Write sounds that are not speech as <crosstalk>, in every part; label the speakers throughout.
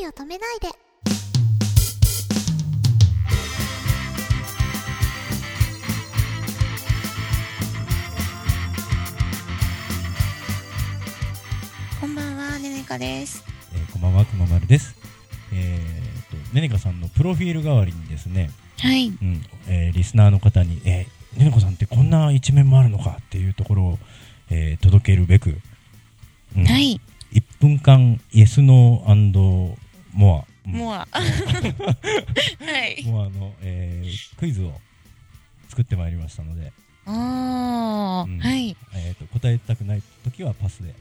Speaker 1: 恋を止めないで。こんばんは、ねねかです。
Speaker 2: えーこんばんは、くままるです。えー、と、ねねかさんのプロフィール代わりにですね、
Speaker 1: はい。
Speaker 2: うんえーリスナーの方に、えー、ねねこさんってこんな一面もあるのかっていうところを、えー届けるべく、うん
Speaker 1: はい。
Speaker 2: 1分間、イエス、ノーモア、 <laughs>
Speaker 1: もう。はい。
Speaker 2: モアの、えークイズを作ってまいりましたので、
Speaker 1: あ
Speaker 2: うん
Speaker 1: ー、はい。
Speaker 2: えー、と答えたくないときはパ
Speaker 1: <laughs>
Speaker 2: スで。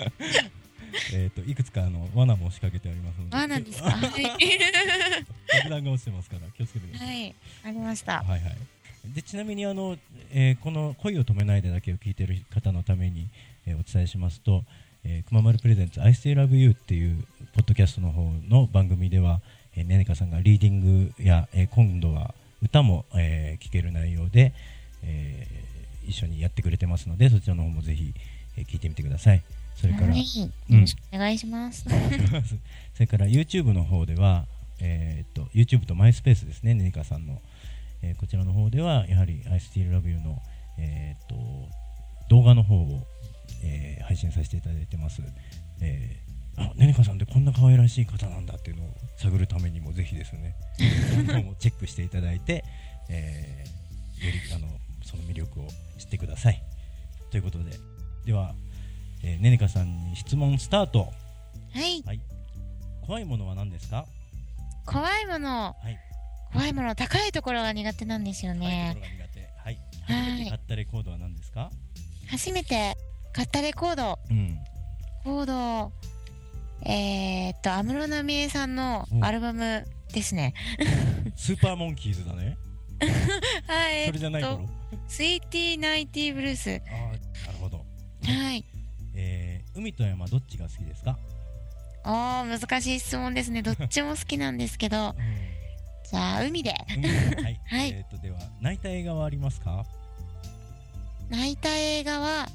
Speaker 2: <laughs> えーといくつかあの罠も仕掛けてありますので、
Speaker 1: あ、なんですか。はい。
Speaker 2: 爆弾が落ちてますから気をつけてください。
Speaker 1: はい。ありました。
Speaker 2: はいはい。でちなみにあの、えーこの恋を止めないでだけを聞いてる方のために、えーお伝えしますと、えー、くままるプレゼンツ I still love you っていうポッドキャストの方の番組では、えー、ねねかさんがリーディングや、えー今度は歌も、えー聞ける内容で、えー一緒にやってくれてますので、そちらの方もぜひ、えー聞いてみてください。それから、
Speaker 1: はい。よ
Speaker 2: うん
Speaker 1: ろしくお願いします。
Speaker 2: <laughs> それから YouTube の方では、えーっと YouTube と MySpace ですね、ねねかさんの、えーこちらの方では、やはり I Still Love You の、えーっと動画の方を、えー配信させていただいてます。えーあねねかさんってこんな可愛らしい方なんだっていうのを探るためにもぜひですねその方もチェックしていただいて、えーよりあのその魅力を知ってくださいということででは、えーねねかさんに質問スタート
Speaker 1: はい。
Speaker 2: はい。怖いものは何ですか？
Speaker 1: 怖いもの。
Speaker 2: はい。
Speaker 1: 怖いもの、高いところが苦手なんですよ
Speaker 2: 怖
Speaker 1: ね。
Speaker 2: いところが苦手。はい。
Speaker 1: はい
Speaker 2: 初めて買ったレコードは何ですか？
Speaker 1: 初めて買ったレコード、
Speaker 2: うん。
Speaker 1: コード、えー、っと、安室奈美恵さんの
Speaker 2: うん
Speaker 1: アルバムですね。
Speaker 2: スーパーモンキーズだね。
Speaker 1: はい。
Speaker 2: それじゃない
Speaker 1: えっ
Speaker 2: 頃
Speaker 1: と。スイーティーナイティーブルース。
Speaker 2: ああ、なるほど。
Speaker 1: はい。
Speaker 2: えー、海と山どっちが好きですか？
Speaker 1: あー、難しい質問ですね。どっちも好きなんですけど。じゃあ、海で。
Speaker 2: 海はい。
Speaker 1: <laughs> はい
Speaker 2: えっ、とでは泣いた映画はありますか？は
Speaker 1: 泣いた映画は、
Speaker 2: い。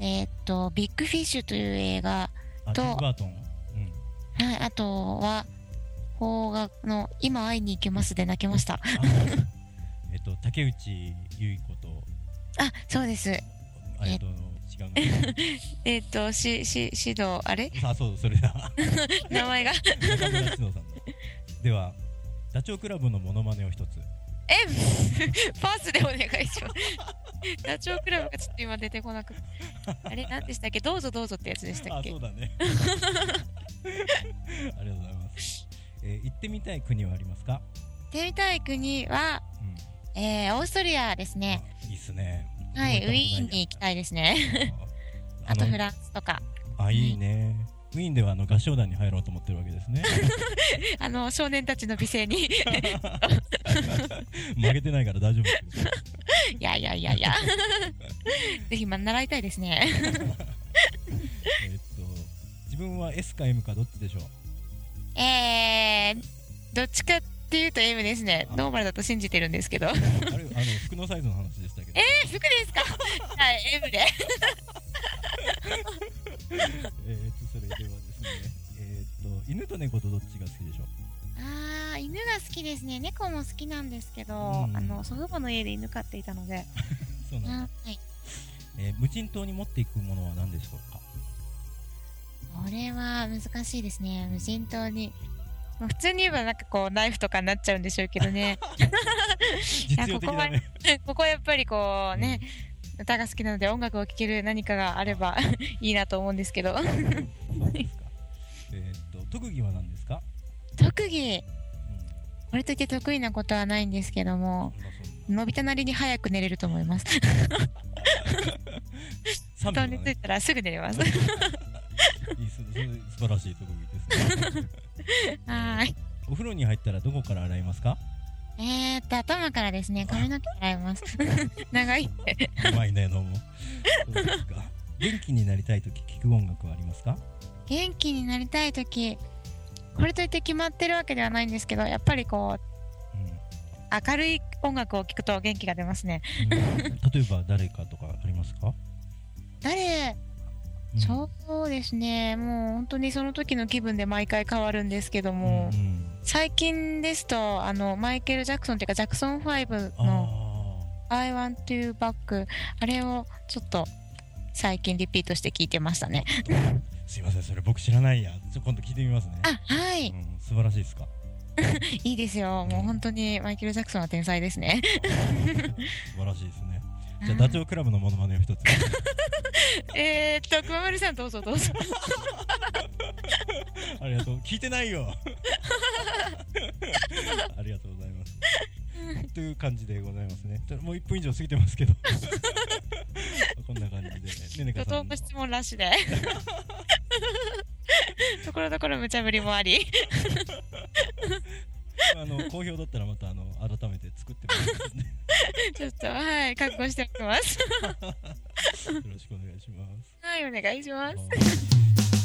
Speaker 1: えー、っと、ビッグフィッシュという映画。
Speaker 2: あ、
Speaker 1: と
Speaker 2: ジムバートン。うん。
Speaker 1: はい、あとは、邦楽の、今会いに行けますで泣きました。
Speaker 2: あ <laughs> えっと竹内結子と
Speaker 1: あ、そうです。
Speaker 2: あれと違う
Speaker 1: えーっと、し、し、指導、あれ
Speaker 2: <laughs> の。あ、そうそれだ。
Speaker 1: 名前が。
Speaker 2: 中村獅童さんの。ではダチョウ倶楽部のモノマネを一つ。
Speaker 1: え、パスでお願いします。ダチョウ倶楽部がちょっと今出てこなくて。あれ、何でしたっけどうぞどうぞってやつでしたっ
Speaker 2: あ
Speaker 1: け
Speaker 2: そうだ
Speaker 1: <laughs>
Speaker 2: ねありがとうございます、えー行ってみたい国はありますか、
Speaker 1: 行ってみたい国は、
Speaker 2: うん
Speaker 1: えー、オーストリアですね。
Speaker 2: あいいっすね
Speaker 1: はい、ウィーンに行きたいですね。あとフ
Speaker 2: ン
Speaker 1: ランスとか。
Speaker 2: あいいねウィーンではあの合唱団に入ろうと思ってるわけ
Speaker 1: <laughs>
Speaker 2: ですね
Speaker 1: あの、少年たちの美声に。い
Speaker 2: 負けてないから大丈夫です
Speaker 1: やいやいやい <laughs> や。ぜひ、ま、習いたいですね。
Speaker 2: えーっと自分は S か M かどっちでしょう
Speaker 1: えー、どっちかっていうと M ですね。ノーマルだと信じてるんです <laughs> けど。え
Speaker 2: あれあの服のサイズの話でしたけど、
Speaker 1: 服ですかはい、M で。
Speaker 2: えーっとそれではですねえーっと犬と猫とどっちが好きでしょう
Speaker 1: あー犬が好きですね猫も好きなんですけど、
Speaker 2: うん
Speaker 1: あの祖父母の家で犬飼っていたので、
Speaker 2: そうなんだ、
Speaker 1: はい
Speaker 2: えー無人島に持っていくものは何でしょうか
Speaker 1: これは難しいですね無人島に、まあ、普通に言えばなんかこうナイフとかになっちゃうんでしょうけど <laughs> ね
Speaker 2: 実用的だね
Speaker 1: ここはやっぱりこうね、歌が好きなので音楽を聴ける何かがあれば <laughs> いいなと思うんです
Speaker 2: <laughs>
Speaker 1: けど
Speaker 2: そうですかえーっと特技は何ですか？
Speaker 1: 特技
Speaker 2: うん、
Speaker 1: これといって得意なことはないんですけど
Speaker 2: そ
Speaker 1: も
Speaker 2: んなそんな
Speaker 1: のび太なりに早く寝れると思います。
Speaker 2: 三
Speaker 1: 布団 <laughs>
Speaker 2: 秒
Speaker 1: に
Speaker 2: だ
Speaker 1: つい
Speaker 2: ね。
Speaker 1: たらすぐ寝
Speaker 2: <laughs>
Speaker 1: れます。
Speaker 2: いいすそれ素晴らしい特技です、ね。
Speaker 1: <laughs> はーい。
Speaker 2: お風呂に入ったらどこから洗いますか？
Speaker 1: えーっと、頭からですね、髪の毛洗います。 <laughs> 長いって。
Speaker 2: うまいねどうも。そうですか。元気になりたいとき聞く音楽はありますか？
Speaker 1: 元気になりたいとき、これといって決まってるわけではないんですけど、やっぱりこう、
Speaker 2: うん
Speaker 1: 明るい音楽を聴くと元気が出ますね。
Speaker 2: うん例えば誰かとかありますか？
Speaker 1: 誰、
Speaker 2: うん
Speaker 1: そうですね、もう本当にその時の気分で毎回変わるんですけども、
Speaker 2: うんうん
Speaker 1: 最近ですとあのマイケル・ジャクソンというかジャクソン5の
Speaker 2: あ
Speaker 1: 「I Want to Back」あれをちょっと最近リピートして聞いてましたね。
Speaker 2: ーすいませんそれ僕知らないやちょ今度聞いてみますね
Speaker 1: あは
Speaker 2: う
Speaker 1: い
Speaker 2: ん、素晴らしいです
Speaker 1: <laughs>
Speaker 2: か
Speaker 1: いいですよもう本当にマイケル・ジャクソンは天才ですね。
Speaker 2: 素晴らしいですねじゃあダチョウ倶楽部のモノマネを一つ
Speaker 1: <laughs> えーっと熊丸さんどうぞどうぞ。
Speaker 2: ありがとう聞いてないよ
Speaker 1: <laughs>
Speaker 2: ありがとうございますという感じでございますねちょもう1分以上過ぎてます
Speaker 1: <laughs>
Speaker 2: けどこんな感じでねね
Speaker 1: 怒
Speaker 2: かさ
Speaker 1: 涛
Speaker 2: ん
Speaker 1: の
Speaker 2: の
Speaker 1: 質問ラッシュで。 <laughs> ところどころ無茶ぶりもあり。
Speaker 2: あの好評だったらまたあの改めて作ってもらい
Speaker 1: <laughs>
Speaker 2: ますね
Speaker 1: ちょっとはい覚悟しておきます。
Speaker 2: よろしくお願いします
Speaker 1: はいお願いします。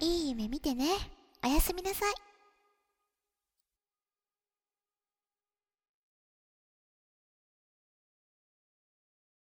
Speaker 3: いい夢見てね。おやすみなさい。